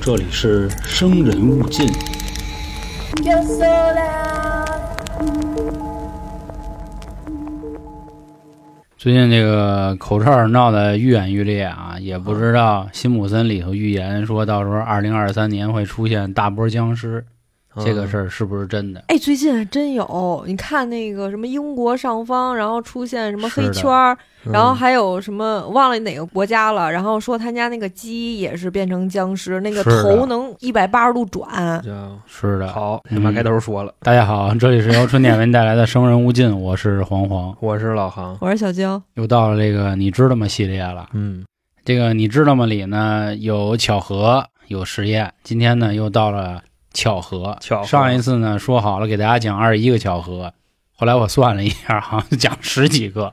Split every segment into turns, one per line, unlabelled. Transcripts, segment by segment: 这里是《生人勿进》。
Yo sola,
最近这个口罩闹得愈演愈烈啊，也不知道辛普森里头预言说到时候二零二三年会出现大波僵尸，这个事儿是不是真的？
哎，最近还真有，你看那个什么英国上方，然后出现什么
是
黑
的
圈儿，
嗯，
然后还有什么忘了哪个国家了，然后说他家那个鸡也是变成僵尸，那个
是的
头能一百八十度转。
就是
的。
好，
嗯
他妈开头说了，
大家好，这里是由春点为您带来的《生人勿近》，我是黄黄，
我是老航，
我是小娇，
又到了这个你知道吗系列了。
嗯，
这个你知道吗里呢有巧合，有实验，今天呢又到了巧合。
巧合
上一次呢说好了给大家讲二十一个巧合，后来我算了一下，好像讲十几个。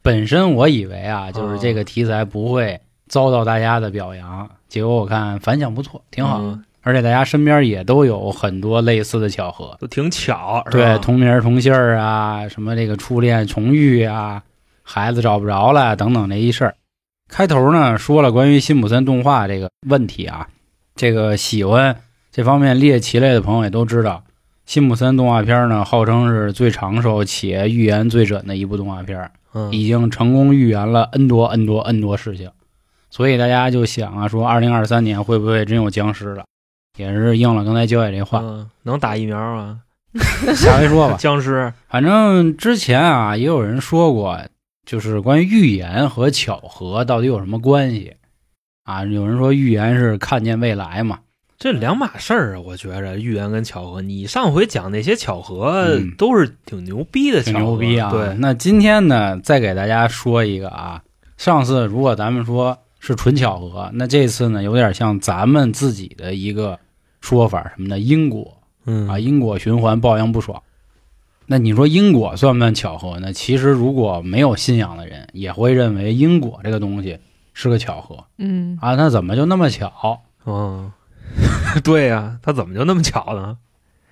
本身我以为啊，就是这个题材不会遭到大家的表扬，结果我看反响不错，挺好，
嗯
而且大家身边也都有很多类似的巧合，
都挺巧，是吧
对，同名儿同姓儿啊，什么这个初恋重遇啊，孩子找不着了等等这一事儿。开头呢说了关于辛普森动画这个问题啊，这个喜欢这方面猎奇类的朋友也都知道，辛普森动画片呢号称是最长寿且预言最准的一部动画片儿，
嗯
已经成功预言了 n 多 n 多 n 多事情，所以大家就想啊，说二零二三年会不会真有僵尸了？也是应了刚才焦姐这话，
嗯能打疫苗吗？
下回说吧。
僵尸，
反正之前啊，也有人说过，就是关于预言和巧合到底有什么关系啊？有人说预言是看见未来嘛，
这两码事儿啊，我觉着预言跟巧合，你上回讲那些巧合
嗯
都是挺牛逼的巧
挺
合，
牛逼啊。
对，
那今天呢，再给大家说一个啊，上次如果咱们说是纯巧合，那这次呢有点像咱们自己的一个说法什么的因果
嗯
啊，因果循环，报应不爽。那你说因果算不算巧合呢？其实如果没有信仰的人，也会认为因果这个东西是个巧合
嗯，
啊。那怎么就那么巧？
嗯， 对呀，他怎么就那么巧呢？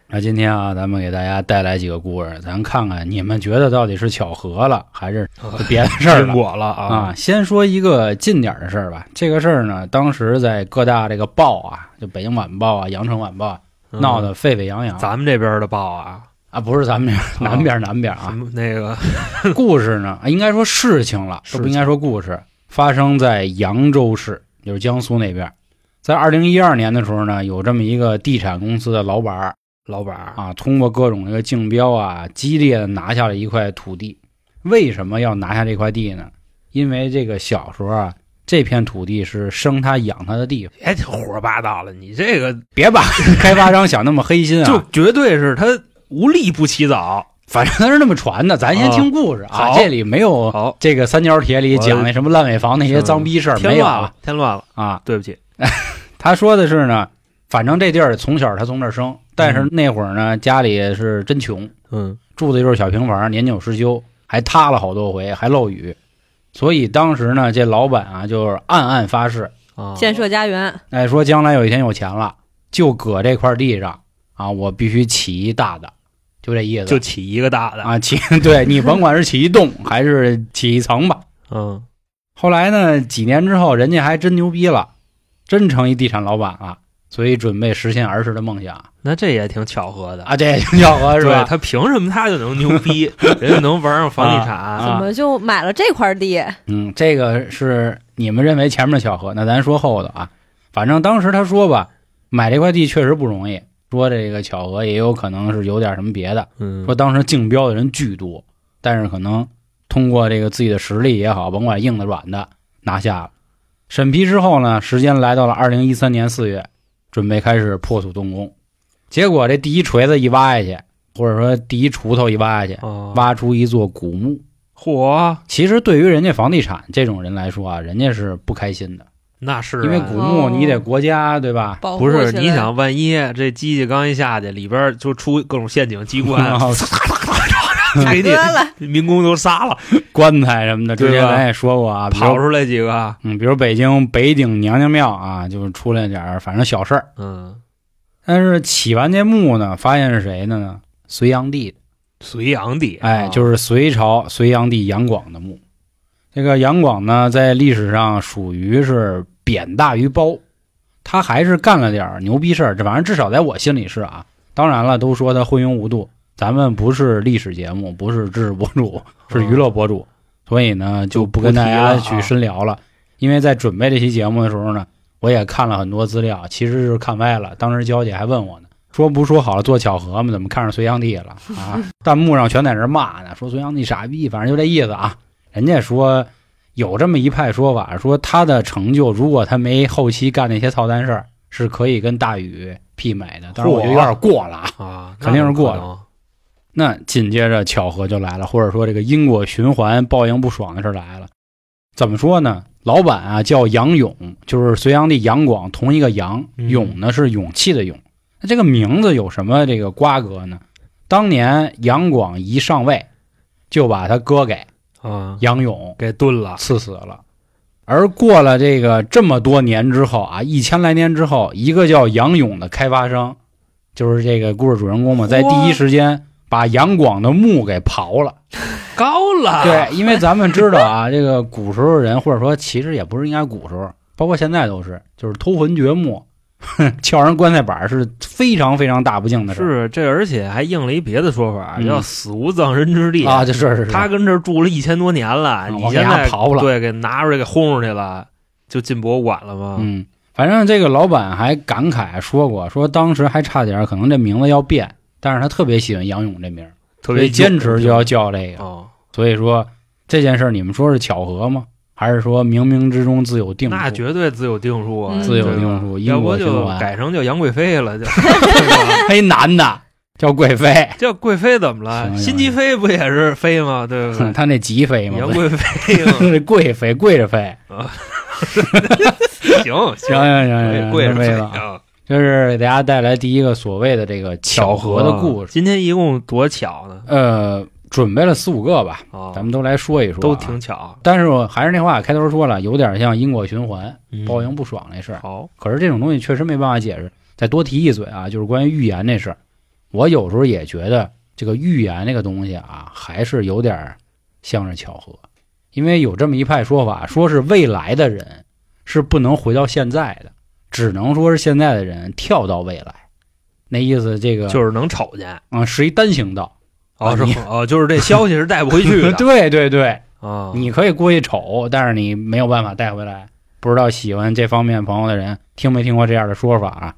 那今天啊，咱们给大家带来几个故事，咱看看你们觉得到底是巧合了，还 是别的事儿
因
了
果了啊
啊？，先说一个近点儿的事儿吧。这个事儿呢，当时在各大这个报啊，就北京晚报啊、羊城晚报啊，
嗯
闹得沸沸扬扬。
咱们这边的报啊，
啊，不是咱们这儿，南边儿南边儿啊
什，么那个
故事呢，啊应该说事情了，
事
这
情
不应该说故事，发生在扬州市，就是江苏那边。在二零一二年的时候呢，有这么一个地产公司的老板儿
老板儿，
啊，通过各种这个竞标啊，激烈的拿下了一块土地。为什么要拿下这块地呢？因为这个小时候啊，这片土地是生他养他的地方。
别哎胡说八道了，你这个
别 把开发商想那么黑心啊，
就绝对是他无利不起早。
反正他是那么传的。咱先听故事啊，
哦好
这里没有
好，
这个三角铁里
我
讲那什么烂尾房那些脏逼事儿，
添
没有
乱
啊
了，添乱了，
啊。
对不起。
他说的是呢，反正这地儿从小他从这儿生，但是那会儿呢，家里是真穷，
嗯
住的就是小平房，年久失修，还塌了好多回，还漏雨，所以当时呢，这老板啊就是暗暗发誓，
啊，
建设家园，
哎，说将来有一天有钱了，就搁这块地上啊，我必须起一大的，就这意思。
就起一个大的，
啊，起 对你甭管是起一栋还是起一层吧。
嗯
后来呢，几年之后，人家还真牛逼了，真成一地产老板了，所以准备实现儿时的梦想。
那这也挺巧合的。
啊，这 也挺巧合是
对
吧？
他凭什么他就能牛逼， 人家能玩上房地
啊
产？
怎么就买了这块地？
嗯，这个是你们认为前面的巧合，那咱说后头啊。反正当时他说吧，买这块地确实不容易，说这个巧合也有可能是有点什么别的。
嗯
说，当时竞标的人巨多，但是可能通过这个自己的实力也好，甭管硬的软的，拿下了。审批之后呢，时间来到了二零一三年四月，准备开始破土动工。结果这第一锤子一挖下去，或者说第一锄头一挖下去，
啊，
挖出一座古墓。
嚯，
其实对于人家房地产这种人来说啊，人家是不开心的，
那是啊
因为古墓
哦
你得国家对吧？
保护
不是
哦起来
你想，万一这机器刚一下去，里边就出各种陷阱机关，给
割了，
你民工都杀了，
棺材什么的，之
对
前
吧
咱也说过啊，比
跑
如
出来几个，
嗯，比如北京北顶娘娘庙啊，就是出来点儿反正小事儿。
嗯，
但是起完这墓呢，发现是谁的呢？隋炀帝的，
隋炀帝，啊
哎，就是隋朝隋炀帝杨广的墓。这个杨广呢，在历史上属于是贬大于褒，他还是干了点儿牛逼事儿，这反正至少在我心里是啊。当然了，都说他昏庸无度，咱们不是历史节目，不是知识博主，是娱乐博主，所以呢啊就不跟大家去深聊了。啊因为在准备这期节目的时候呢，我也看了很多资料，其实是看歪了。当时娇姐还问我呢，说不说好了做巧合吗？怎么看上隋炀帝了啊？弹幕上全在那儿骂呢，说隋炀帝傻逼，反正就这意思啊。人家说有这么一派说法，说他的成就，如果他没后期干那些操蛋事儿，是可以跟大禹媲美的。但是我觉得有点过了啊。
啊，
肯定是过的
了。
那紧接着巧合就来了，或者说这个因果循环、报应不爽的事儿来了。怎么说呢？老板啊叫杨勇，就是隋炀帝杨广同一个杨，
嗯
勇呢是勇气的勇。那这个名字有什么这个瓜葛呢？当年杨广一上位，就把他哥给
啊，
杨勇
给炖了。
刺死了。而过了这个这么多年之后啊，一千来年之后，一个叫杨勇的开发商，就是这个故事主人公嘛，在第一时间把杨广的墓给刨了。
高了，
对，因为咱们知道啊，这个古时候人，或者说其实也不是应该古时候，包括现在都是，就是偷坟掘墓、 撬人棺材板儿是非常非常大不敬的事儿
是这，而且还应了一别的说法，
嗯
叫“死无葬身之地”
啊，这是是啊是，
他跟这儿住了一千多年了，你
我给
现
他
在
刨了
对，给拿出来给轰出去了，就进博物馆了吗？
嗯，反正这个老板还感慨说过，说当时还差点可能这名字要变，但是他特别喜欢杨勇这名儿，
特
所
别
以坚持就要叫这个。
哦，
所以说这件事儿，你们说是巧合吗？还是说冥冥之中自有定数？
那绝对自有定数啊，
嗯
自有
对吧
定数因
要
果
不
循
就
环
改成叫杨贵妃了，就对吧
嘿，男的叫贵妃，
叫贵妃怎么
行
了？
行
辛吉妃不也是妃吗？对 不
哼
对？
他那吉妃嘛，
杨
不
贵妃嘛，
是贵妃，跪着 妃。
行
行
行，
行行行，
贵
贵
妃
妃了。
啊，
这是给大家带来第一个所谓的这个巧合的故事。
哦今天一共多巧呢？
呃，准备了四五个吧，
啊，
咱们都来说一说啊，
都挺巧，
但是我还是那话，开头说了，有点像因果循环、
嗯
报应不爽那事儿。
好，
可是这种东西确实没办法解释。再多提一嘴啊，就是关于预言这事儿，我有时候也觉得这个预言这个东西啊，还是有点儿像是巧合，因为有这么一派说法，说是未来的人是不能回到现在的，只能说是现在的人跳到未来。那意思，这个
就是能瞅见。
啊、是一单行道。
哦，
啊
是
你
吗哦，就是这消息是带不回去的。
对对对，
啊，
你可以过去瞅，但是你没有办法带回来。不知道喜欢这方面朋友的人，听没听过这样的说法啊？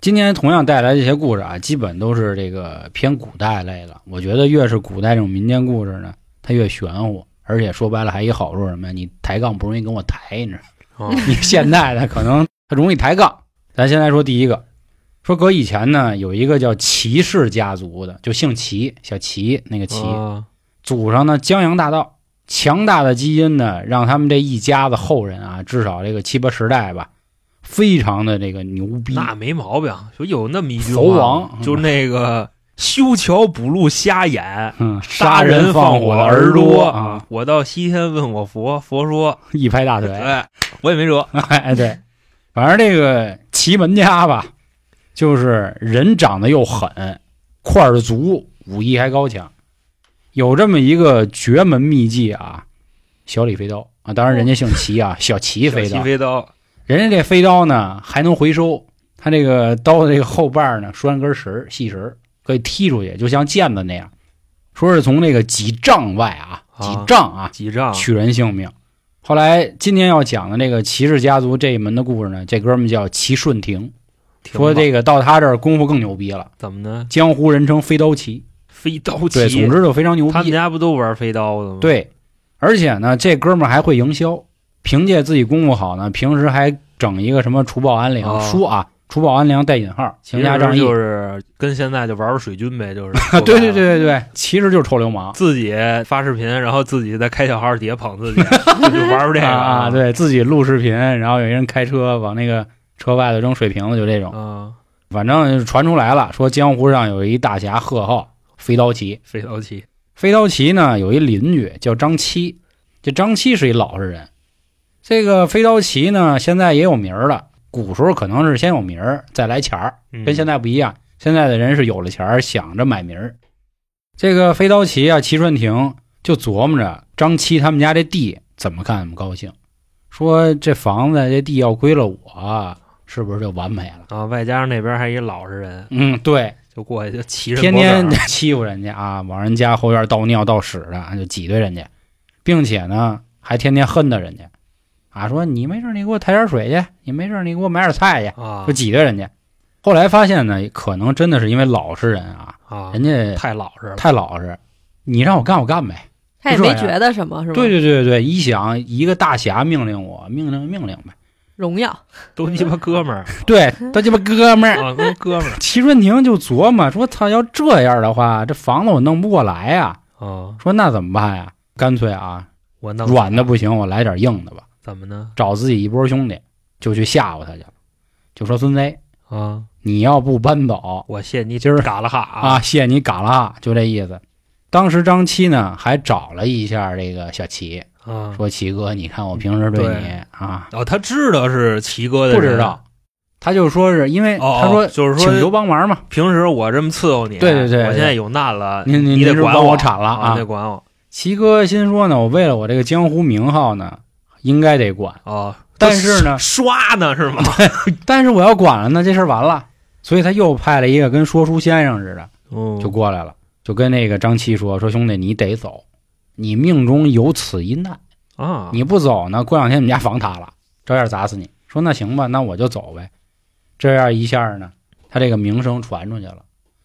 今天同样带来这些故事啊，基本都是这个偏古代类的。我觉得越是古代这种民间故事呢，它越玄乎，而且说白了还一好处是什么呀？你抬杠不容易跟我抬，你知道吗？
啊
你现代的可能它容易抬杠。咱先来说第一个，说搁以前呢，有一个叫齐氏家族的，就姓齐，小齐那个齐，
啊
祖上呢江洋大盗，强大的基因呢，让他们这一家子后人啊，至少这个七八十代吧，非常的这个牛逼。
那没毛病，就有那么一句话，
猴王
就那个修桥补路瞎眼，
嗯，
杀
人
放
火
而
多啊
啊！！我到西天问我佛，佛说，
一拍大腿，
哎，我也没辙。
哎 对，反正这个奇门家吧，就是人长得又狠，块儿足，武艺还高强，有这么一个绝门秘技啊，小李飞刀啊，当然人家姓齐啊，小齐
小
飞
齐
刀，
飞刀，
人家这飞刀呢还能回收，它这个刀的这个后瓣儿呢拴根绳儿细绳儿，可以踢出去，就像毽子那样。说是从这个几丈外啊，
啊
几丈啊
几丈
取人性命。后来今天要讲的这个齐氏家族这一门的故事呢，这哥们叫齐顺廷，
挺
说
棒
这个到他这儿功夫更牛逼了，
怎么呢？
江湖人称飞刀齐。
飞刀
对，
齐
总，之就非常牛
他们
逼。
家不都玩飞刀的吗？，
对，而且呢，这哥们儿还会营销，凭借自己功夫好呢，平时还整一个什么除暴安良、
哦
书啊，除暴安良带引号，
其
行侠仗
实
义。。
就是跟现在就玩玩水军呗，就是 嗯
对对对。对对，其实就是臭流氓
自己发视频，然后自己再开小号底下捧自己，就就玩玩这个
啊，对自己录视频，然后有一人开车往那个车外头扔水瓶子，就这种。
啊，
反正传出来了，说江湖上有一大侠贺号飞刀齐，
飞刀齐
飞刀齐呢有一邻居叫张七，这张七是一老实人。这个飞刀齐呢现在也有名儿了，古时候可能是先有名儿再来钱儿，跟现在不一样。现在的人是有了钱儿想着买名儿。这个飞刀齐啊，齐顺廷就琢磨着张七他们家这地怎么看怎么高兴，说这房子这地要归了我，是不是就完美了？
啊，外加上那边还一老实人，
嗯，对，
就过去就骑着
天天 欺负人家啊，往人家后院倒尿倒屎的，就挤兑人家，并且呢还天天恨的人家，啊，说你没事儿你给我抬点水去，你没事儿你给我买点菜去，
啊
就挤兑人家。后来发现呢，可能真的是因为老实人啊，
啊，
人家
太老实了，
太老实，你让我干我干呗。
他也
就这
没
样
觉得什么，是吧？
对对对对，一想一个大侠命令我，命令命令呗。
荣耀，
都鸡巴哥 们儿
对，他鸡巴哥们儿，
啊，都哥们儿
齐春亭就琢磨说：“操，要这样的话，这房子我弄不过来呀。
啊，”
说那怎么办呀？干脆啊，
我弄
软的不行，我来点硬的吧。
怎么呢？
找自己一波兄弟，就去吓唬他去了，就说：“孙子，
啊，
你要不搬走
我谢你
今儿
嘎了哈
啊，，谢你嘎啦，就这意思。当时张七呢，还找了一下这个小齐，
啊，
说：“齐哥，你看我平时对
对
你啊，
哦，他知道是齐哥的，
不知道。。”他就说是因为
哦，
他说
就是
请求
说，
帮忙嘛，
平时我这么伺候你，啊
对对对
我现在有难了，
您您
呃你得
是
管
帮
我
我铲了
啊，
啊
你得！管我
齐哥心说呢，我为了我这个江湖名号呢，应该得管，
哦。
但是呢
都刷呢是吗？
但是我要管了呢，这事儿完了，所以他又派了一个跟说书先生似的
嗯
就过来了，就跟那个张七说说兄弟，你得走，你命中有此一难，
啊，
你不走呢，过两天你们家房塌了，照样砸死你。说那行吧，那我就走呗。这样一下呢，他这个名声传出去了，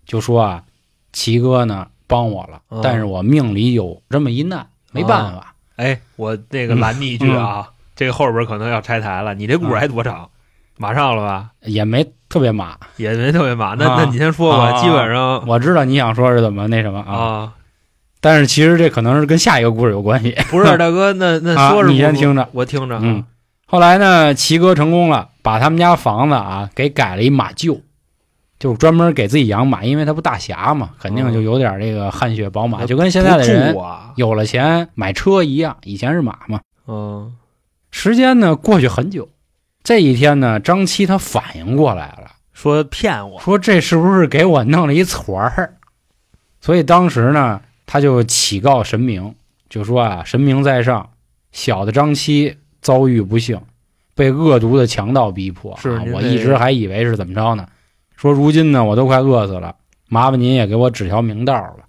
就说啊，齐哥呢帮我了
哦，
但是我命里有这么一难，
啊
没办法。
哎，我那个拦你一句
嗯
啊，这个后边可能要拆台了，你这股还多长？马上了吧？
也没特别马。
也没特别满。那
啊
那你先说吧，
啊
基本上
我知道你想说是怎么那什么啊，
啊，
但是其实这可能是跟下一个故事有关系。
不是大 哥，那那
啊
说是
你
不
先听着，
我听着啊，
嗯，后来呢，齐哥成功了，把他们家房子啊给改了一马厩，就是专门给自己养马，因为他不大侠嘛，肯定就有点这个汗血宝马，
嗯
就跟现在的人
不住啊，
有了钱买车一样，以前是马嘛。
嗯
时间呢过去很久，这一天呢，张七他反应过来了。
说骗我
说这是不是给我弄了一撮儿？所以当时呢，他就祈告神明，就说啊，神明在上，小的张七遭遇不幸，被恶毒的强盗逼迫。
是
啊
您
我
这
一直还以为是怎么着呢？说如今呢，我都快饿死了，麻烦您也给我指条明道吧。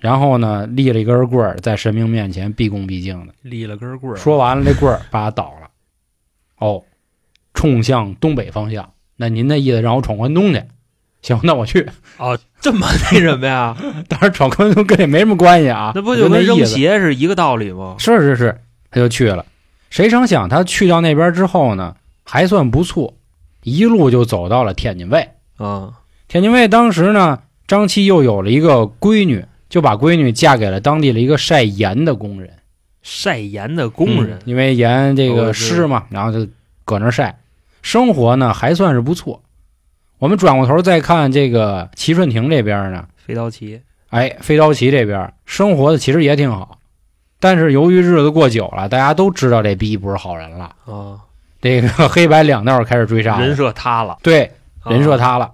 然后呢，立了一根棍儿在神明面前毕恭毕敬的。
立了根棍儿，
说完了，这棍儿把他倒了，哦，冲向东北方向。那您的意思让我闯关东去？行，那我去。
哦，这么那什么呀？
当然，闯关东跟这没什么关系啊，
那不
就
就
那
跟扔
意思？
鞋是一个道理吗？
是是是，他就去了。谁成想他去到那边之后呢，还算不错，一路就走到了天津卫。
嗯
天津卫当时呢，张七又有了一个闺女，就把闺女嫁给了当地的一个晒盐的工人。
晒盐的工
嗯
人，哦
因为盐这
我
个
知道
湿嘛，然后就搁那儿晒，生活呢还算是不错。我们转过头再看这个齐顺亭这边呢，
飞刀旗
哎，飞刀旗这边生活的其实也挺好，但是由于日子过久了，大家都知道这逼不是好人了，
啊，
这个黑白两道开始追杀了，
人设塌了，
对
啊
啊人设塌了。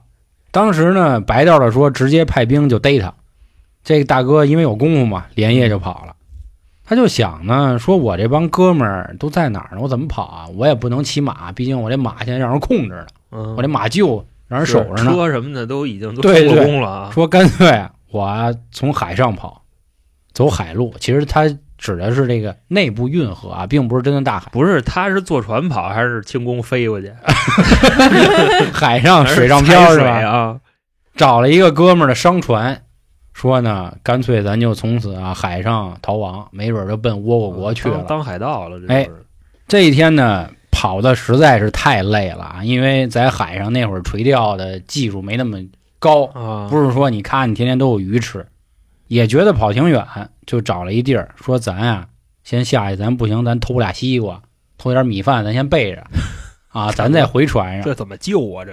当时呢，白道的说直接派兵就逮他，这个大哥因为有功夫嘛，连夜就跑了。他就想呢，说我这帮哥们儿都在哪儿呢？我怎么跑啊？我也不能骑马，毕竟我这马现在让人控制呢，
嗯
我这马厩让人
是
守着呢。
车什么的都已经都
对
收
对
工了啊，
说干脆我从海上跑，走海路。其实他指的是这个内部运河啊，并不是真的大海。
不是，他是坐船跑还是轻功飞过去？
海上
还是
啊水上
踩
漂是
水
吧？
啊？
找了一个哥们儿的商船，说呢，干脆咱就从此啊海上逃亡，没准儿就奔倭瓜国去
当
了。
当海盗了，这
哎
就是
这一天呢，跑的实在是太累了啊，因为在海上那会儿垂钓的技术没那么高，
啊，
不是说你看你天天都有鱼吃，也觉得跑挺远，就找了一地儿说咱啊先下去，咱不行咱偷俩西瓜，偷点米饭，咱先备 着啊，咱再回船
这怎么救啊？这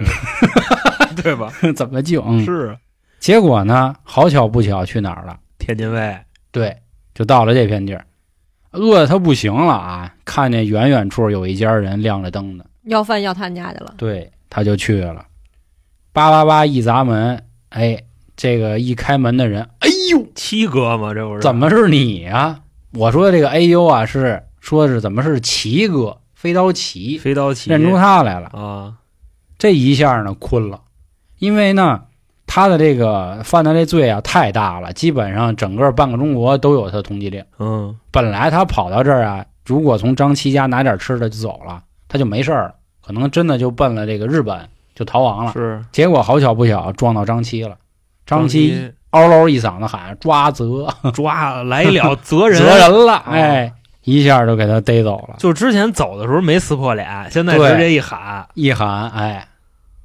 个对吧？
上怎么救？嗯，
是啊
结果呢，好巧不巧去哪儿了？
天津卫
对，就到了这片地儿，饿得他不行了啊！看见远远处有一家人亮着灯呢，
要饭要他们家去了，
对，他就去了。叭叭叭一砸门，哎，这个一开门的人，哎呦，
七哥嘛，这不是
怎么是你啊？我说这个哎呦啊，是说是怎么是齐哥，飞刀齐，
飞刀旗
认出他来了。
啊？
这一下呢困了，因为呢他的这个犯的这罪啊太大了，基本上整个半个中国都有他的通缉令。
嗯
本来他跑到这儿啊，如果从张七家拿点吃的就走了，他就没事儿了，可能真的就奔了这个日本就逃亡了。
是
结果好巧不巧撞到张七了，啊张七嗷嗷一嗓子喊抓责
抓来 了责人，
责人了，
啊
哎，一下就给他逮走了。
就之前走的时候没撕破脸，现在
对
直接一喊，啊
一喊，哎，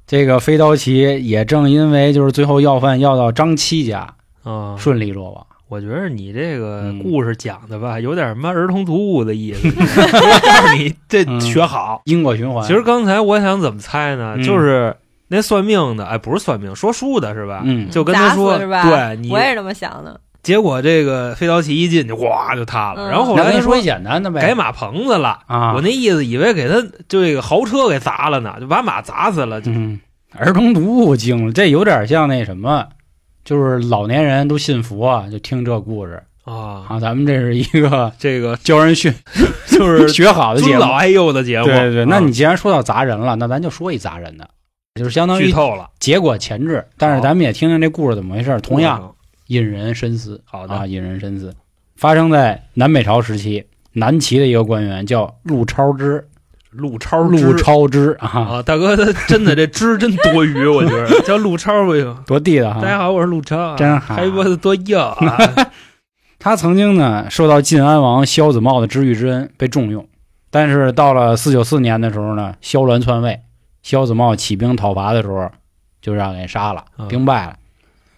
这个飞刀旗也正因为就是最后要饭要到张七家，
嗯，
顺利落网。
我觉得你这个
嗯
故事讲的吧，有点什么儿童读物的 意思， 我告诉你这
嗯
学好。
因果循环。
其实，刚才我想怎么猜呢，
嗯
就是那算命的，哎，不是算命，说书的是吧？
嗯，
就跟他说
砸死是吧？
对你
我也是这么想的。
结果这个飞刀旗一进去，哗就塌了。
嗯
然后后
那
来
咱
他
说
说
一简单的呗，
改马棚子了，
啊，
我那意思以为给他就这个豪车给砸了呢，就把马砸死了。就
嗯，儿童读物精了，这有点像那什么，就是老年人都信佛、啊，就听这故事
啊，
啊。咱们这是一个
这个
教人训
就是
学好的节
尊
目
老，爱幼的节目。
对对对。
啊
那你既然说到砸人了，那咱就说一砸人的，就是相当
剧
于
透了，
结果前置，但是
好
咱们也听听这故事怎么回事，同样引人深思。
嗯好
啊，
的，
引人深思。发生在南北朝时期，南齐的一个官员叫陆超之，
陆超
陆
之
超之啊，
啊，大哥，他真的这汁真多余，我觉 得叫陆超不行。
多地道
大家
哈。
好，我是陆超，
啊
啊
真好
还一波子多硬啊！
他曾经呢受到晋安王萧子茂的知遇之恩，被重用。但是到了四九四年的时候呢，萧鸾篡位，萧子茂起兵讨伐的时候，就让给杀了
嗯，
兵败了。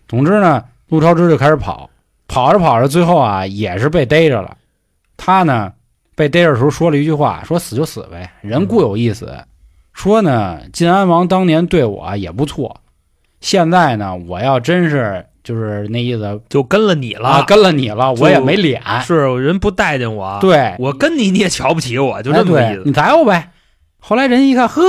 总之呢，陆超之就开始跑，跑着跑着，最后啊也是被逮着了。他呢被逮着的时候说了一句话，说死就死呗，人固有一死。说呢，晋安王当年对我啊也不错，现在呢，我要真是就是那意思
就跟了你
啊
了，
跟了你了，
就
我也没脸。
是我人不待见我，，啊
对，
我跟你你也瞧不起我，就
哎
这么个意
对，
思
你。宰我呗。后来人一看，呵，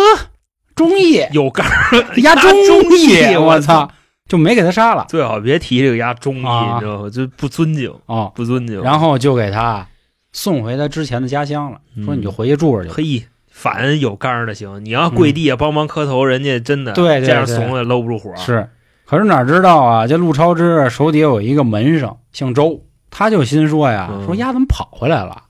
忠义，
有杆儿，
压忠
忠义
我
我
操，就没给他杀了
最好别提这个压中医，
啊
你知道吗？就不尊敬，
哦，
不尊敬。
然后就给他送回他之前的家乡了，说
嗯
你就回去住着去。
嘿，反有杆儿的行，你要跪地下帮忙磕头，人家真的
对对
这样
对
怂了搂不住火。
是，可是哪知道啊，这陆超之手底下有一个门生姓周，他就心说呀，
嗯
说丫怎么跑回来了？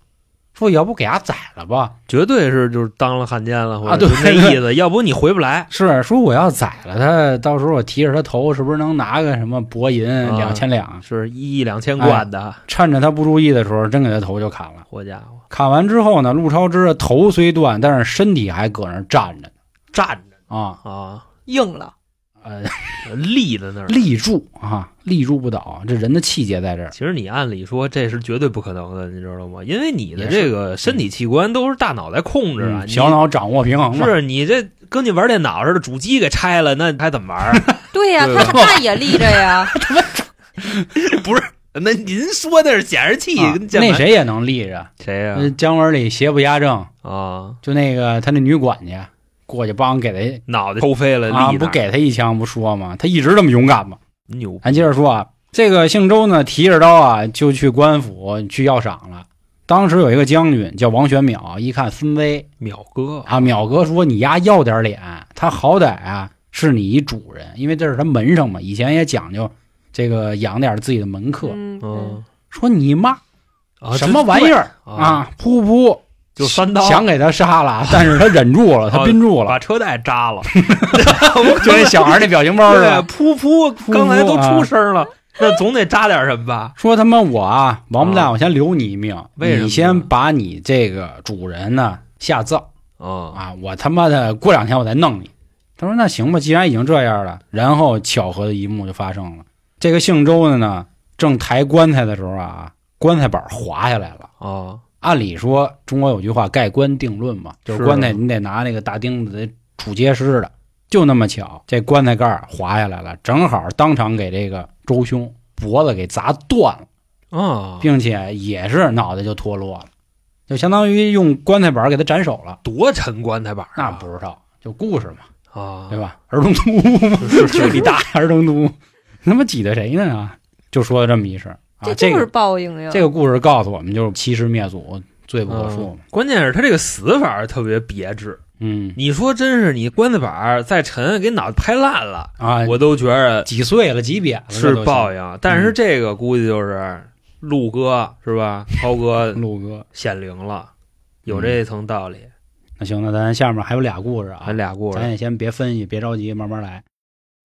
说要不给丫宰了吧？
绝对是就是当了汉奸了，或
啊
者
对
就那意思，要不你回不来。
是说我要宰了他，到时候我提着他头，是不是能拿个什么帛银
啊
两千两？
是一亿两千
哎
贯的，
趁着他不注意的时候，真给他头就砍了。
好家伙，
砍完之后呢，陆超之头虽断，但是身体还搁那儿站着呢
站着
啊，
啊，
硬了，
呃，
立在那儿。
立住啊，立住不倒，这人的气节在这儿。
其实你按理说这是绝对不可能的，你知道吗？因为你的这个身体器官都是大脑在控制啊，
嗯
你
小脑掌握平衡嘛，
是你这跟你玩电脑似的，主机给拆了，那还怎么 玩？
对呀、
对
他那也立着 呀，
不是，那您说那是显示器，
啊
跟键盘嗯
那谁也能立着。
谁呀
呃姜文里邪不压正，
啊，
就那个他那女管家过去帮给
脑袋抽飞了，
他啊，
立那
不
儿
给他一枪不说吗？他一直这么勇敢吗？
牛逼
咱接着说啊，这个姓周呢，提着刀啊就去官府去要赏了。当时有一个将军叫王玄淼，一看孙威
秒哥
啊，淼哥说你丫要点脸，他好歹啊是你一主人，因为这是他门生嘛，以前也讲究这个养点自己的门客。
嗯，
嗯
说你妈
啊
什么玩意
儿
儿
啊？
啊？噗噗，
就三刀啊
想给他杀了， 但是他忍住了，他憋住了，
把车带 扎了，
就那小孩那表情包似
对啊，
的。
噗噗，
噗
刚才都出
啊
声了，那总得扎点什么吧？
说他妈我啊，王八
啊
蛋，我先留你一命，
为什么
你先把你这个主人呢下葬
啊，
啊，我他妈的过两天我再弄你。他说那行吧，既然已经这样了，然后巧合的一幕就发生了，这个姓周的呢正抬棺材的时候啊，棺材板滑下来了。
啊，
按理说，中国有句话“盖棺定论”嘛，就是
是
棺材你得拿那个大钉子得杵结实的。就那么巧，这棺材盖儿滑下来了，正好当场给这个周兄脖子给砸断了，
啊，
并且也是脑袋就脱落了，就相当于用棺材板儿给他斩首了。
多沉棺材板儿
那
啊，
不知道，就故事嘛，
啊，
对吧？儿童读物嘛， 这你大爷儿童读物，他妈挤兑谁呢啊？就说了这么一事儿啊，
这
这
就是
个
报应呀。
这个故事告诉我们，就是欺师灭祖，罪不可恕嘛。
关键是他这个死法儿特别别致，
嗯
你说真是你棺材板儿再沉，给脑袋拍烂了，
啊，
我都觉着
几岁了，几扁了，
是报
应。
应。但是这个估计就是陆哥是 吧？涛哥
陆哥，
显灵了，有这层道理。
那行，那咱下面还有俩故事啊，
还俩故
咱
事，
也先别分析，别着急，慢慢来，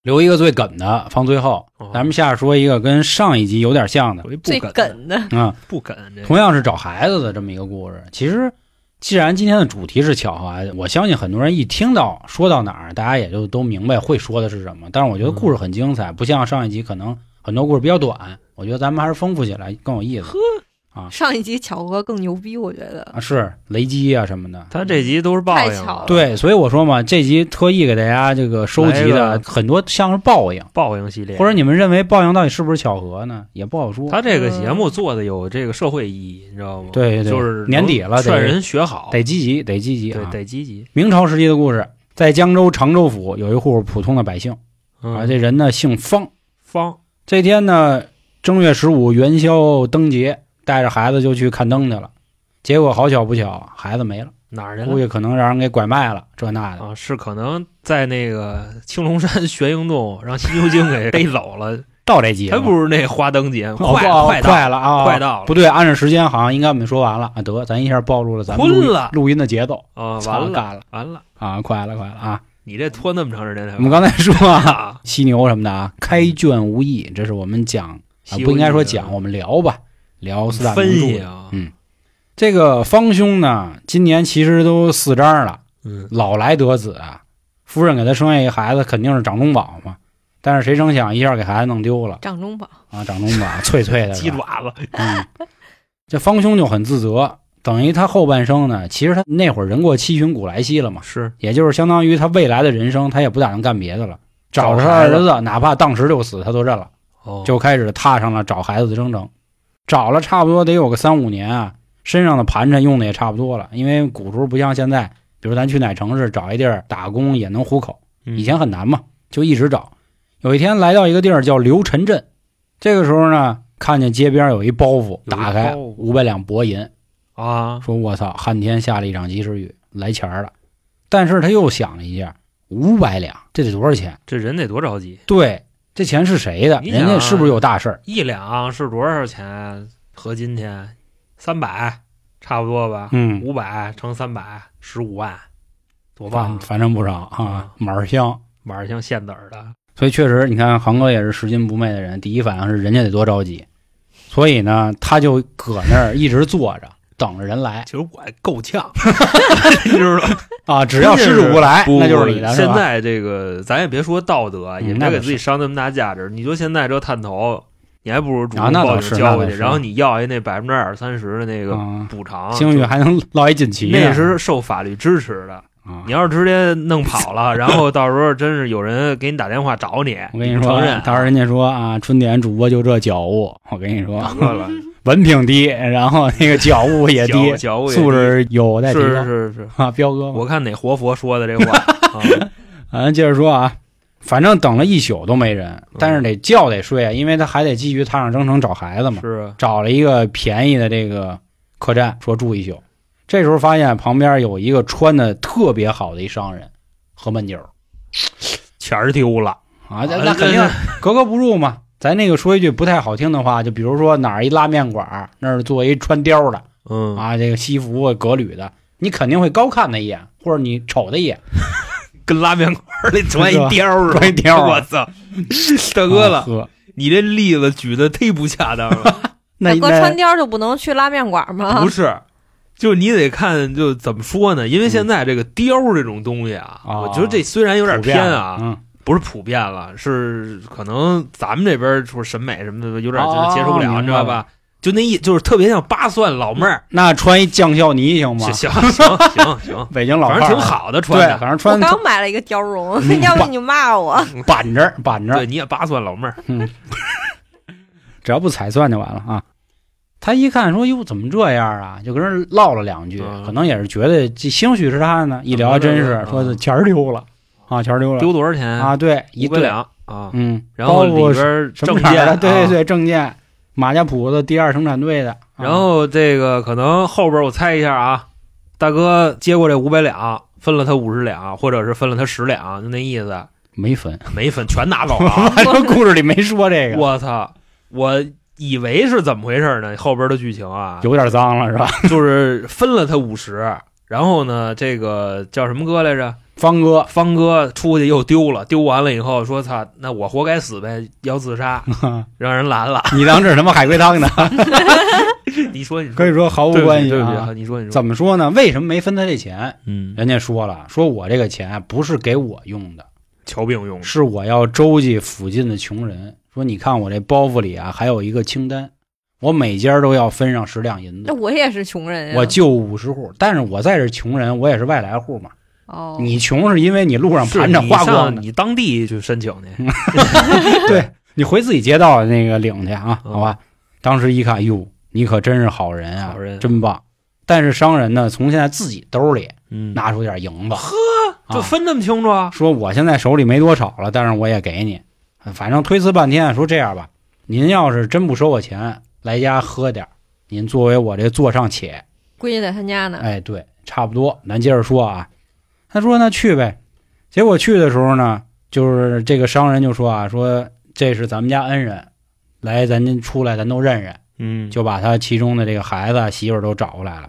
留一个最梗的放最后。
哦
咱们下说一个跟上一集有点像的
属于不
最
梗的
梗的，
啊、
不梗这
同样是找孩子的这么一个故事。其实，既然今天的主题是巧合，我相信很多人一听到说到哪儿，大家也就都明白会说的是什么。但是我觉得故事很精彩，
嗯
不像上一集可能很多故事比较短，我觉得咱们还是丰富起来更有意思
上一集巧合更牛逼，我觉得
啊，是雷击啊什么的。
他这集都是报应
太巧
了
了，
对，所以我说嘛，这集特意给大家这个收集
来
的
个
很多像是报应，
报应系列。
或者你们认为报应到底是不是巧合呢？也不好说。
他这个
嗯
节目做的有这个社会意义，你知道吗？
对对对
就是
年底了
能劝
得
人学好，
得积极，得积极
对
啊！
得积极
明朝时期的故事，在江州常州府有一户普通的百姓。啊，
嗯，
这人呢姓方。
方
这天呢，正月十五元宵灯节，带着孩子就去看灯去了。结果好巧不巧，孩子没了，
哪儿去
估
了？
计可能让人给拐卖了，这那的。
啊，是可能在那个青龙山玄鹰洞让西游精 给逮走了，
到这集
还
了
不如那花灯节
哦
快
不哦
快到
快了啊，
快到了
不对，按照时间好像应该我们说完了啊。得，咱一下暴露了咱们
昏
录音
了
录音的节奏，
啊，
操
完了
干了
完了，
啊，快了快了啊！
你这拖那么长时间才
我们刚才说啊，
啊，
犀牛什么的啊，开卷无益，这是我们讲啊
西，游
不应该说
记
讲，我们聊吧，聊四大名
分
著
析啊，
嗯这个方兄呢，今年其实都四张了，
嗯，
老来得子啊。夫人给他生下一个孩子，肯定是掌中宝嘛。但是谁成想一下给孩子弄丢了
掌中宝
啊！掌中宝脆脆的
鸡
是吧，
爪子，
嗯，这方兄就很自责。等于他后半生呢，其实他那会儿人过七旬古来稀了嘛，
是
也就是相当于他未来的人生，他也不打算干别的了。
找
找着他
孩
儿
子
子，哪怕当时就死，他都认了。
哦，
就开始踏上了找孩子的征程。找了差不多得有个三五年啊，身上的盘缠用的也差不多了，因为古时候不像现在，比如咱去哪城市找一地儿打工也能糊口，
嗯
以前很难嘛，就一直找。有一天来到一个地儿叫刘陈镇，这个时候呢，看见街边有一包袱，
一
打开
包袱
五百两薄银，
啊，
说我操，旱天下了一场及时雨，来钱儿了。但是他又想了一下，五百两这得多少钱？
这人得多着急，
对，这钱是谁的？
你想啊
人家是不是有大事儿？
一两是多少钱？合今天三百，差不多吧，
嗯，
五百乘三百，十五万，多棒
反
啊！
反正不少啊
啊，
满儿香。
玩儿像现子儿的，
所以确实，你看航哥也是拾金不昧的人，第一反应是人家得多着急，所以呢，他就搁那儿一直坐着，等着人来
其实我还够 呛，你知道吗？
啊。只要施主不来，那就是你的，是
现
吧？
在这个，咱也别说道德啊，
嗯
也
那
别
倒
给自己伤那么大价值。你就现在这探头，你还不如主
啊
动
那倒
报
是
警交
那
回
倒
去，
是
然后你要一那百分之二三十的那个
啊，
补偿，
兴许还能落一锦旗呢。
那是受法律支持的。
啊
你，要是直接弄跑了，然后到时候真是有人给你打电话找你，
我跟你
不
说
承认，，
到时候人家说啊，春点主播就这觉悟，我跟你
打
说，
过了，
文凭低，然后那个觉悟也低
脚，脚也低
素质有待提
是
高
是是，
啊，彪哥嘛。
我看哪活佛说的这 话啊，
咱接着说啊，反正等了一宿都没人，
嗯
但是得觉得睡啊，因为他还得继续踏上征程找孩子嘛。
是啊
找了一个便宜的这个客栈，说住一宿。这时候发现旁边有一个穿的特别好的一商人，喝闷酒
钱儿丢了，
啊，那那肯定
呃
格格不入嘛。咱那个说一句不太好听的话，就比如说哪儿一拉面馆儿，那儿做一穿貂的
嗯，
啊，这个西服啊革履的，你肯定会高看他一眼，或者你瞅他一眼，
跟拉面馆儿里穿一貂儿似
穿一
的，
貂
我
啊，
操， 大哥
啊
了，
喝
你这例子举的忒不恰 当了，
那
大哥
那
穿貂就不能去拉面馆
啊
吗
不？是。就你得看，就怎么说呢？因为现在这个貂儿这种东西啊，
啊
我觉得这虽然有点
普遍
偏
了
啊，
嗯。
不是普遍了，是可能咱们这边说审美什么的有点就是接受不了，
哦
你知道吧？就那一就是特别像八蒜老妹儿，
那穿一酱校泥行吗
行？行 行行行，
北京老
反
范
正
儿
挺，好的
对
穿，的。
反正
我
穿
刚买了一个貂绒
嗯，
要不你骂我。
板着板着，
对，你也八蒜老妹儿，
只要不踩蒜就完了啊。他一看说：“哟，怎么这样啊？”就跟人唠了两句，
嗯
可能也是觉得这兴许是他呢。一聊还真是
嗯
说这钱儿丢了啊，钱儿丢了
丢多少钱？
啊，对，一
五百
对，
两啊。
嗯，
然后
包
里
括
边儿
什么
证
牌儿
件
的？
啊，
对对对，证件，马家堡子第二生产队的。啊
然后这个可能后边我猜一下啊，大哥接过这五百两，分了他五十两，或者是分了他十两，就那意思，
没 分。
没分，全 拿走了。
这故事里没说这个，
我操！我以为是怎么回事呢？后边的剧情啊，
有点脏了是吧？
就是分了他五十，然后呢，这个叫什么哥来着？
方哥，
方哥出去又丢了，丢完了以后说：“操，那我活该死呗，要自 杀，让人拦了。
你当这是什么海龟汤呢？”
你说，你 说，
可以说毫无
对不
关
起，
系
对不起，
啊
啊。你说，你说，
怎么说呢？为什么没分他这钱？
嗯，
人家说了，说我这个钱啊不是给我用的，
瞧病用的，
是我要周济附近的穷人。说你看我这包袱里啊，还有一个清单，我每家都要分上十两银
那
子，
我也是穷人哎呀。
我就五十户。但是我再是穷人，我也是外来户嘛。
哦，
你穷是因为你路上
是
盘着
你
花光
上
的，
你当地去申请
嗯
去，
对你回自己街道那个领去啊，
嗯
好吧。当时一看，哟，你可真是好人啊，
好人
真棒。但是商人呢，从现在自己兜里
嗯
拿出点银子，啊
就分那么清楚啊？
说我现在手里没多少了，但是我也给你。反正推辞半天，说这样吧，您要是真不收我钱，来家喝点儿您作为我这座上且。
闺女在他家呢。
哎，对，差不多。咱接着说啊，他说那去呗。结果去的时候呢，就是这个商人就说啊，说这是咱们家恩人，来咱家出来咱都认认，
嗯，
就把他其中的这个孩子媳妇儿都找过来了。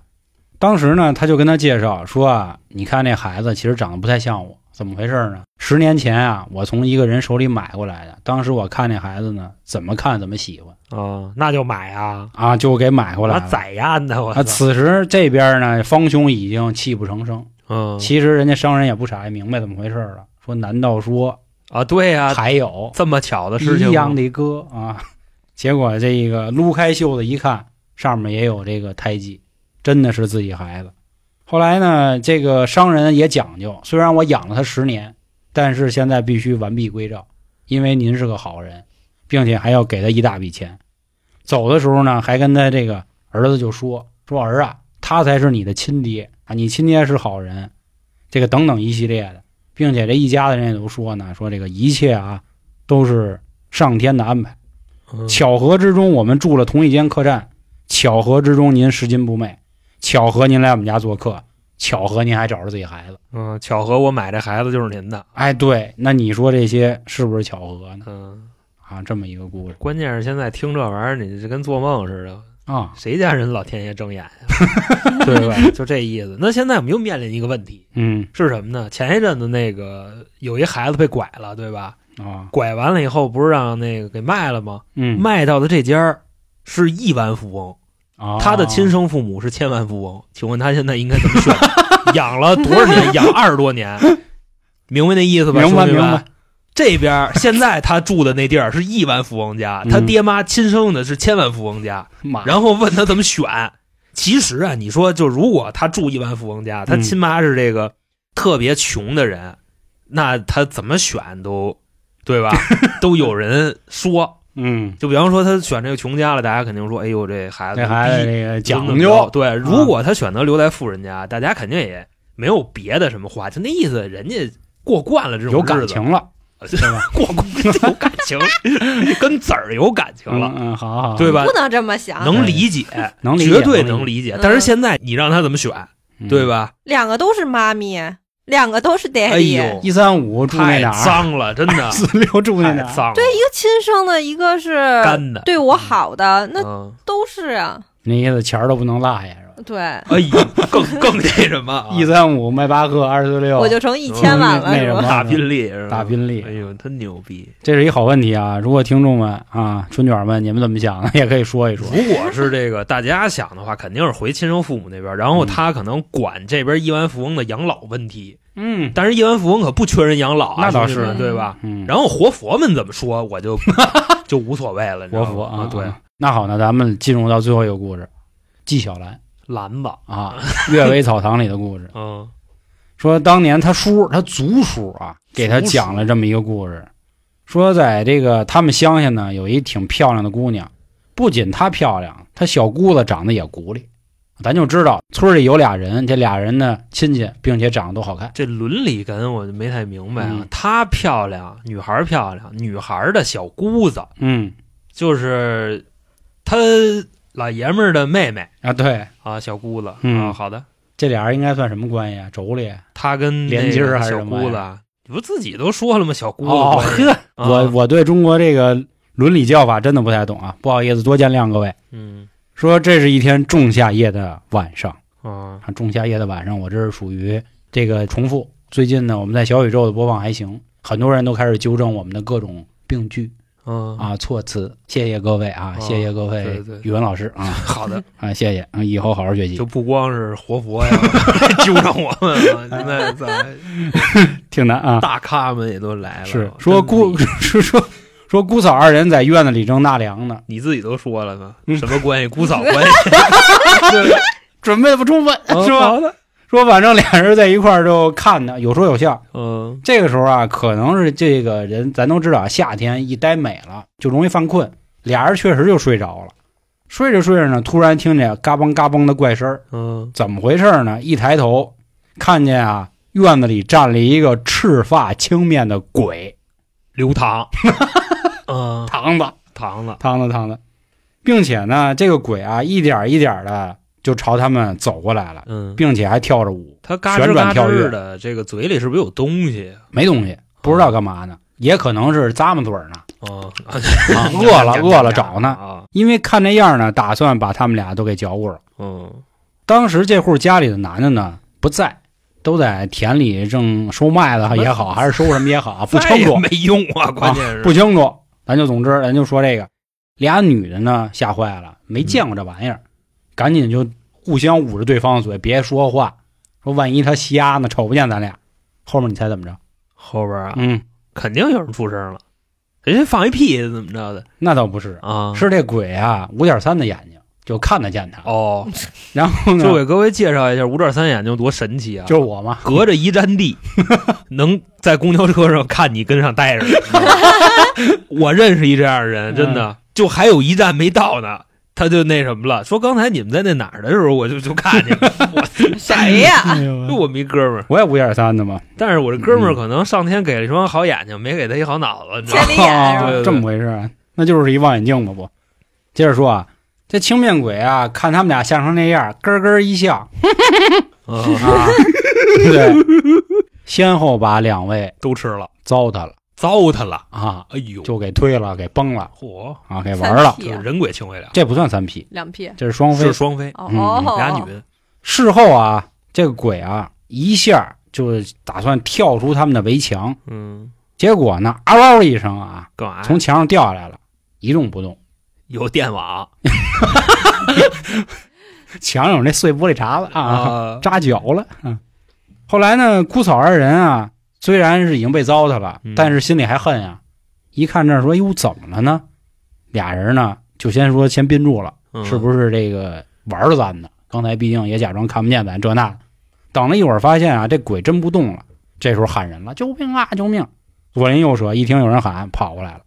当时呢，他就跟他介绍说啊，你看这孩子其实长得不太像我，怎么回事呢？十年前啊，我从一个人手里买过来的，当时我看这孩子呢，怎么看怎么喜欢
啊，那就买啊，
啊，就给买回来
拿
了。
宰呀，那我
啊，
操，
此时这边呢，方兄已经泣不成声。
嗯
其实人家商人也不傻，也明白怎么回事了。说难道说
啊，对呀，
还有
这么巧的事情
一样
吗，
的歌啊？ 结果这个撸开袖子一看，上面也有这个胎记，真的是自己孩子。后来呢，这个商人也讲究，虽然我养了他十年，但是现在必须完璧归赵，因为您是个好人，并且还要给他一大笔钱。走的时候呢，还跟他这个儿子就说说儿啊，他才是你的亲爹啊，你亲爹是好人，这个等等一系列的，并且这一家的人也都说呢，说这个一切啊都是上天的安排。
嗯
巧合之中，我们住了同一间客栈。巧合之中，您拾金不昧。巧合您来我们家做客。巧合您还找着自己孩子。
嗯，巧合我买这孩子就是您的，
哎，对，那你说这些是不是巧合呢？
嗯，
啊，这么一个故事
关键是现在听这玩意儿，你这跟做梦似的，
啊，
谁家人老天爷睁眼 呀？对吧？就这意思。那现在我们又面临一个问题
嗯
是什么呢？前一阵子那个有一孩子被拐了，对吧？
啊，
拐完了以后不是让那个给卖了吗？
嗯，
卖到的这家儿是亿万富翁，
啊
他的亲生父母是千万富翁。请问他现在应该 怎么选？养了多少年？养二十多年，明白那意思吧？
明白
兄弟们
明白。
这边儿现在他住的那地儿是亿万富翁家，他
嗯啊
爹妈亲生的是千万富翁家。
妈
然后问他怎么选。其实啊，你说就如果他住亿万富翁家，他
嗯
亲妈是这个特别穷的人，那他怎么选都 对吧？都有人说，
嗯，
就比方说他选这个穷家了，大家肯定说：“哎呦，这孩子
这孩子
逼
这个
怎
讲
么着
究，啊
对，如果他选择留在富人家，大家肯定也没有别的什么话，就那意思，人家过惯了这种
有感
日子，
情了，对吧？
过惯有感情， 跟子儿有感情了，
嗯，嗯好好，好
对吧
不？能这么想，
能理解，
能理解
绝对能理解
嗯。
但是现在你让他怎么选，
嗯
对吧？
两个都是妈咪，两个都是
哎
daddy，、
呦，
嗯一三五住那
太
哪儿？
脏了，真 的
四六住那
太
哪儿？
脏了，
一个亲生的，一个是
干的。
对我好的，那
嗯，
都是啊，
那意思钱儿都不能落下是吧？
对，
哎呦，更更那什么啊，
一三五迈巴赫，二四六，
我就成一千万了，
那
是
什
吗？
么
打拼力，是吧
打拼力
哎呦，真牛逼！
这是一好问题啊！如果听众们啊，春卷们，你们怎么想的， 也可以说一说。
如果是这个大家想的话，肯定是回亲生父母那边，然后他可能管这边亿万富翁的养老问题。
嗯
但是亿万富翁可不缺人养老啊，
那倒
兄弟
是
们对吧？
嗯，
然后活佛们怎么说，我就 就无所谓了。你知道
国
吗
服啊，
对，。
那好呢，咱们进入到最后一个故事，纪晓岚
蓝吧，
啊，《阅微草堂》里的故事。
嗯
说当年他叔，他族叔啊，给他讲了这么一个故事，说在这个他们乡下呢，有一挺漂亮的姑娘，不仅她漂亮，她小姑子长得也骨力。咱就知道村里有俩人，这俩人呢亲戚，并且长得都好看。
这伦理感我就没太明白啊
嗯。
她、漂亮，女孩儿漂亮，女孩儿的小姑子
嗯
就是她老爷们儿的妹妹
啊，对，
啊，小姑子。
嗯
啊，好的，
这俩人应该算什么关系啊？妯娌？
他跟那
连襟儿
个
还是
小
什么
姑
呀
子，啊你不自己都说了吗？小姑子
哦
关系，
呵，
啊
我我对中国这个伦理教法真的不太懂啊，不好意思，多见谅各位。
嗯
说这是一天仲夏夜的晚上，
啊
啊，仲夏夜的晚上，我这是属于这个重复。最近呢，我们在小宇宙的播放还行，很多人都开始纠正我们的各种病句
嗯，
啊、措辞。谢谢各位啊，
啊
谢谢各
对
位
对
语文老师啊
好的，
啊，谢谢，嗯，以后好好学习
就。不光是活佛呀， 纠正我们了，现在咱
挺难啊，
大咖们也都来了，
是
真
说
厉
姑 说说说姑嫂二人在院子里正纳凉呢，
你自己都说了吗？
嗯
什么关系？姑嫂关 系
准备不充分
哦
是吧？
好的，
说反正俩人在一块儿就看呢，有说有笑。
嗯
这个时候啊，可能是这个人，咱都知道啊，夏天一待美了就容易犯困，俩人确实就睡着了。睡着睡着呢，突然听见嘎嘣嘎嘣的怪声儿，
嗯，
怎么回事儿呢？一抬头，看见啊，院子里站了一个赤发青面的鬼
刘唐，嗯，
堂子，
唐子，
堂子堂子，并且呢，这个鬼啊，一点儿一点儿的就朝他们走过来了，
嗯，
并且还跳着舞，
他嘎
旋
吱
转
嘎
跳跃
吱的，这个嘴里是不是有东西啊？
没东西，不知道干嘛呢，也可能是咂摸嘴儿呢，
啊，
啊，饿 了饿了找呢。
啊，
因为看这样呢，打算把他们俩都给搅和了。
嗯
当时这户家里的男的呢不在，都在田里正收麦子也好，还是收什么也 好，不
再
清
也
楚，
没用啊，关键是
不清楚。咱就总之，咱就说这个，俩女的呢吓坏了，没见过这玩意儿，赶紧就互相捂着对方的嘴，别说话，说万一他瞎呢，瞅不见咱俩。后面你猜怎么着？
后边啊，
嗯，
肯定有人出声了，人家放一屁怎么着的
那倒不是，
啊？
是这鬼啊，五点三的眼睛就看得见他。
哦，
然后呢
就，给各位介绍一下五点三眼睛多神奇啊！
啊就是我嘛，
隔着一站 地，能在公交车上看你跟上带 着你。我认识一这样的人，
嗯
真的，就还有一站没到呢，他就那什么了，说刚才你们在那哪儿的时候，我就就看见 了，
谁呀？
就我们一哥们儿。
我也五点三的嘛。
但是我这
嗯
哥们儿可能上天给了一双好眼睛，没给他一好脑
哦
子，你知道
千
吗？
里眼是
对
吧？
对对
这么回事儿，那就是一望远镜吧不？接着说啊，这青面鬼啊，看他们俩吓成那样，咯咯一 笑
嗯，
啊，对，先后把两位
都吃了，
糟蹋了
糟蹋了。
啊，
哎呦，
就给推了，给崩了
嚯，
啊，给玩了
三。
就
屁
是
啊
人鬼情未了，
这不算三 P，
两屁。
这是双飞
是。双飞，
哦
嗯
哦，
俩女的，
事后啊，这个鬼啊，一下就打算跳出他们的围墙，
嗯，
结果呢，嗷嗷一声啊，
干嘛呀？
从墙上掉下来了，一动不动。
有电网
墙上有那碎玻璃碴子啊，扎脚了。嗯，后来呢，姑嫂二人啊，虽然是已经被糟蹋了，
嗯
但是心里还恨呀、一看这儿说：“哟，怎么了呢？”俩人呢就先说先憋住了，
嗯
是不是这个玩儿咱呢？刚才毕竟也假装看不见咱这那的。等了一会儿，发现啊，这鬼真不动了。这时候喊人了：“救命啊！救命！”左邻右舍一听有人喊，跑过来了。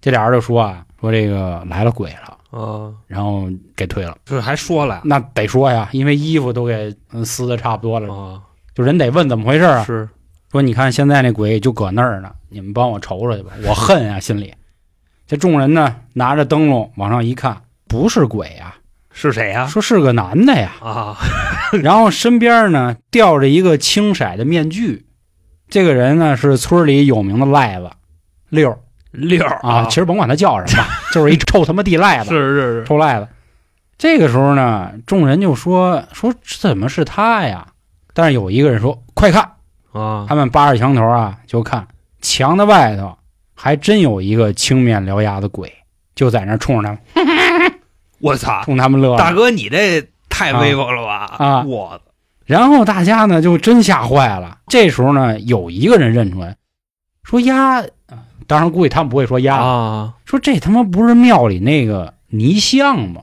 这俩人就说啊：“说这个来了鬼了，
啊，
然后给推了。”
这还说了
那得说呀，因为衣服都给嗯撕的差不多了，
啊，
就人得问怎么回事嗯啊？
是
说你看现在那鬼就搁那儿呢，你们帮我瞅瞅去吧，我恨啊心里。这众人呢拿着灯笼往上一看，不是鬼啊，
是谁呀？
说是个男的 呀。
啊，
然后身边呢吊着一个青色的面具，这个人呢是村里有名的癞子六儿
六儿
啊，其实甭管他叫什么，就是一臭他妈地癞
哦是
子。
是是，
臭赖子。这个时候呢，众人就说说怎么是他呀？但是有一个人说：“快看！”
啊
他们扒着墙头啊，就看墙的外头，还真有一个青面獠牙的鬼，就在那儿冲着他们，
我操，
冲他们乐。
大，哥你这太威风了吧？
啊啊
我
然后大家呢就真吓坏了。这时候呢，有一个人认出来，说：“呀！”当然，估计他们不会说“呀”
啊，
说这他妈不是庙里那个泥像吗？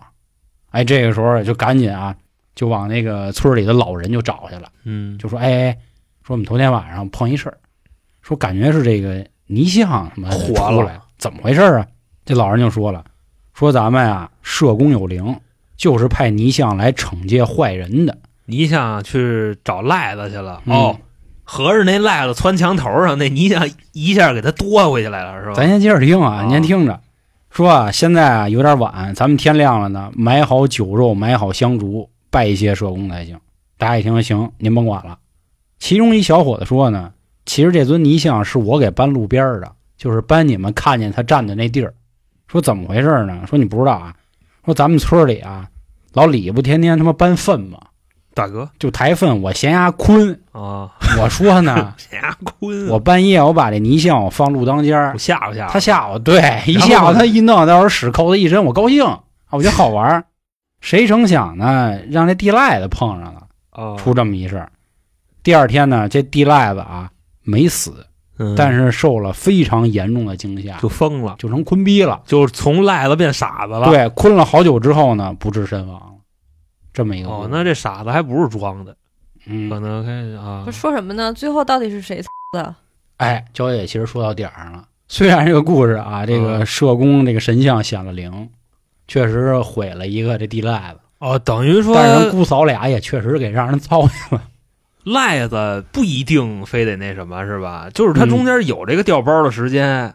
哎，这个时候就赶紧啊，就往那个村里的老人就找去了，
嗯，
就说哎哎，说我们头天晚上碰一事儿，说感觉是这个泥像什么
火
出来
了，
怎么回事啊？这老人就说了，说咱们啊社工有灵，就是派泥像来惩戒坏人的。
你想去找赖子去了
嗯
哦。合着那赖子窜墙头上，那你想一下给他多回去来了是吧？
咱先接着听啊，
啊
您先听着。说啊，现在啊有点晚，咱们天亮了呢，买好酒肉，买好香烛，拜一些社工才行。大家一听行，您甭管了。其中一小伙子说呢，其实这尊泥像是我给搬路边儿的，就是搬你们看见他站的那地儿。说怎么回事呢？说你不知道啊？说咱们村里啊，老李不天天他妈搬粪吗？
大哥
就抬粪，我嫌牙坤，
啊，
我说 呢，
贾坤啊，
我半夜我把这泥像我放路当间儿
我，吓唬吓唬
他吓我，对，一
啊然后
吓我
呢
他一弄，到时候屎扣他一身，我高兴啊，我觉得好玩 儿。谁成想呢，让这地赖子碰上了，
啊，
出这么一事儿。第二天呢，这地赖子啊没死，
嗯
但是受了非常严重的惊吓，
就疯了，
就成坤逼了。
就是从赖子变傻子了。，
对，坤了好久之后呢，不治身亡了。这么一个故
哦
事，
那这傻子还不是装的，可
嗯，
能开始啊
他，说什么呢？最后到底是谁的？
哎，焦姐其实说到点儿上了。虽然这个故事啊，这
嗯
个社工这个神像显了灵，确实是毁了一个这地赖子。
哦，等于说
但是人姑嫂俩也确实给让人操心了。
赖子不一定非得那什么是吧？就是他
嗯
中间有这个调包的时 间，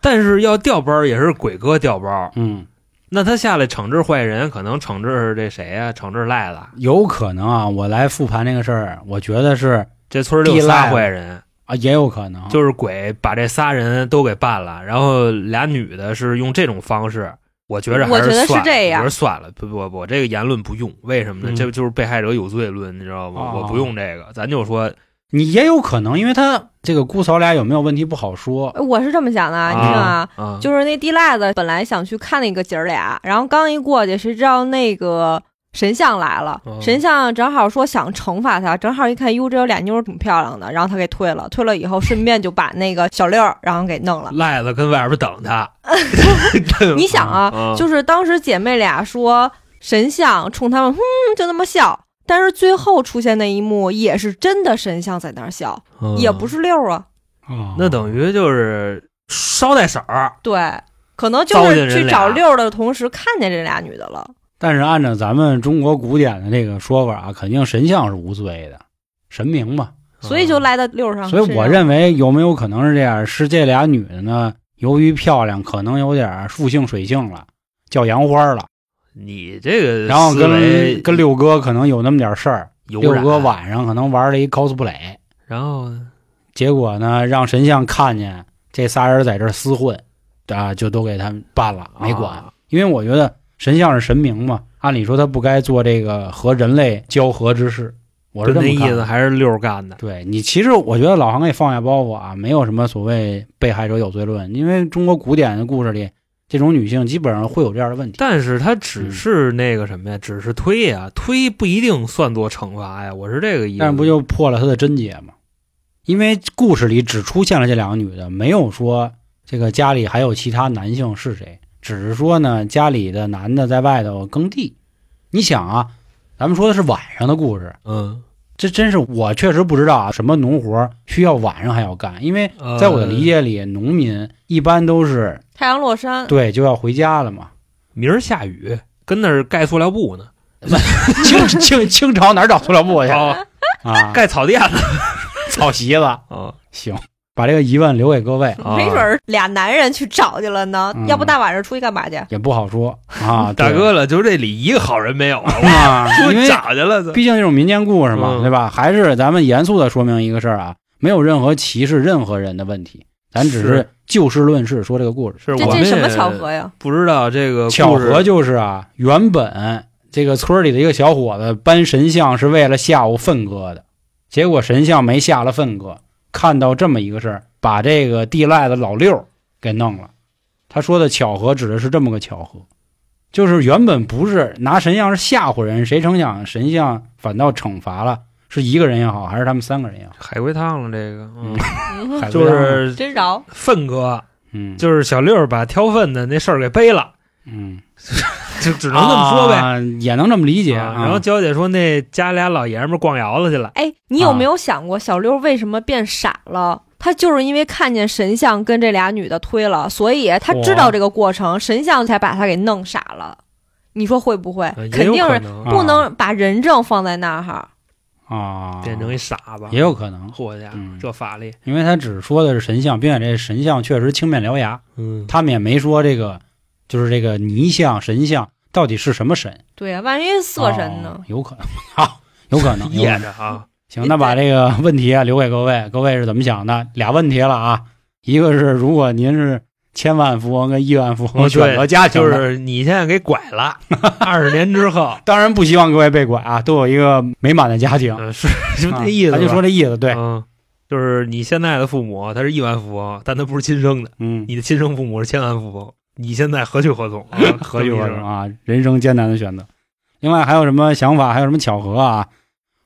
但是要调包也是鬼哥调包，
嗯，
那他下来惩治坏人，可能惩治这谁呀、惩治赖子，
有可能啊，我来复盘这个事儿，我觉得是
这村儿里有仨坏人，
啊，也有可能，
就是鬼把这仨人都给办了，然后俩女的是用这种方式，我觉着还
我觉得
算了，
是这样
我觉得算了，不不不，我这个言论不用，为什么呢？
嗯
这就是被害者有罪论，你知道吗？
哦
我不用这个，咱就说
你也有可能，因为他这个姑嫂俩有没有问题不好说。
哦
哎我是这么想的，啊，你听啊
啊，啊，
就是那地赖子本来想去看那个姐儿俩，然后刚一过去，谁知道那个神像来了，
哦
神像正好说想惩罚他，正好一看，哟，这有俩妞儿挺漂亮的，然后他给退了，退了以后顺便就把那个小六儿然后给弄了。
赖子跟外边等他，
你想
啊
啊，就是当时姐妹俩说神像冲他们，哼，就那么笑。但是最后出现那一幕，也是真的神像在那儿笑，也不
是，
是六儿啊，
嗯那等于就是捎带手儿，
对，可能就
糟践
是
人
去
俩
找六儿的同时看见这俩女的了。
但是按照咱们中国古典的这个说法啊，肯定神像是无罪的，神明嘛。
所
嗯
以就赖在六儿上。
所以我
身上
认为有没有可能是这样？是这俩女的呢，由于漂亮，可能有点树性水性了，叫杨花了，
你这个
然后
思维
跟跟六哥可能有那么点事儿。
有
六
染
哥，晚上可能玩了一 cosplay，
然后呢
结果呢让神像看见这仨人在这儿厮混，啊，就都给他们办了，没管。
啊
因为我觉得神像是神明嘛，按理说他不该做这个和人类交合之事。我是
就
这么
那意
看
思，
的。
还是六儿干的。
对你，其实我觉得老韩可以放下包袱啊，没有什么所谓被害者有罪论，因为中国古典的故事里，这种女性基本上会有这样的问题。
但是他
嗯
只是那个什么呀，只是推呀，推不一定算作惩罚呀。我是这个意思。
但是不就破了他的贞洁吗？因为故事里只出现了这两个女的，没有说这个家里还有其他男性是谁，只是说呢家里的男的在外头耕地。你想啊，咱们说的是晚上的故事，
嗯，
这真是我确实不知道啊，什么农活需要晚上还要干？因为 在我的
呃
理解里，农民一般都是
太阳落山，
对就要回家了嘛。
明儿下雨，跟那儿盖塑料布呢，
清清清朝哪儿找塑料布去
哦，
啊？
盖草垫 子
草席子。
啊。
行，把这个疑问留给各位。
啊
没准儿俩男人去找去了呢。
嗯
要不大晚上出去干嘛去？
也不好说 啊，
大
对
哥了，就这里一个好人没有啊，
啊，
我
因为
找去了。
毕竟这种民间故事嘛，
嗯
对吧？还是咱们严肃的说明一个事儿啊，没有任何歧视任何人的问题，咱只是
是
就事论事说这个故事。
是
这
我
这
们
什么
也
巧合呀？
不知道这个故事
巧合就是啊，原本这个村里的一个小伙子搬神像是为了吓唬粪哥的，结果神像没吓了粪哥，看到这么一个事儿，把这个地赖的老六给弄了。他说的巧合指的是这么个巧合，就是原本不是拿神像是吓唬人，谁成想神像反倒惩罚了，是一个人也好，还是他们三个人也好
海龟汤了，这个嗯，
嗯，
海龟
就
汤
是
真饶。
粪哥，
嗯，
就是小六儿把挑粪的那事儿给背了，
嗯，
就只
只
能这么说呗。
啊，也能这么理解。
啊然后娇姐说，那家俩老爷们儿逛窑子去了，
哎，你
啊
有没有想过小六为什么变傻了？他就是因为看见神像跟这俩女的推了，所以他知道这个过程，神像才把他给弄傻了。你说会不会？
呃也
肯
有
定
可
是
能
啊
不能把人证放在那儿哈。
啊，
变成一傻子，
也有可能。
嚯家伙
嗯
这法力，
因为他只说的是神像，并且这神像确实青面獠牙，
嗯，
他们也没说这个就是这个泥像、神像到底是什么神，哦
对呀，万一是色神呢
哦？有可能。好，有可能。有可
掖
能
着啊，
行，那把这个问题啊留给各位，各位是怎么想的？俩问题了啊，一个是如果您是千万富翁跟亿万富翁
哦对
选择家庭
就
的，
是你现在给拐 了，二十年之后，
当然不希望各位被拐啊，都有一个美满的家庭，
嗯，是就
啊
那意思吧，
咱就说这意思，对，
嗯，就是你现在的父母他是亿万富翁，但他不是亲生的，
嗯，
你的亲生父母是千万富翁，你现在何去何从？啊
何去何从？啊？人生艰难的选择。另外还有什么想法，还有什么巧合啊？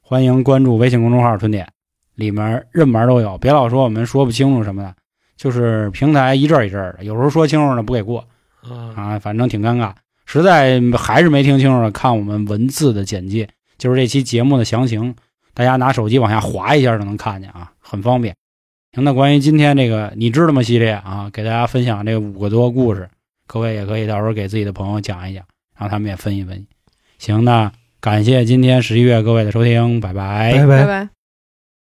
欢迎关注微信公众号“春点”，里面任门都有。别老说我们说不清楚什么的，就是平台一阵儿一阵儿的，有时候说清楚了不给过，
啊，
啊，反正挺尴尬。实在还是没听清楚的，看我们文字的简介，就是这期节目的详情，大家拿手机往下滑一下就能看见啊，很方便。行，那关于今天这个你知道吗系列啊，给大家分享这五个多故事，各位也可以到时候给自己的朋友讲一讲，让他们也分析分析。行，那感谢今天十一月各位的收听，拜拜
拜
拜。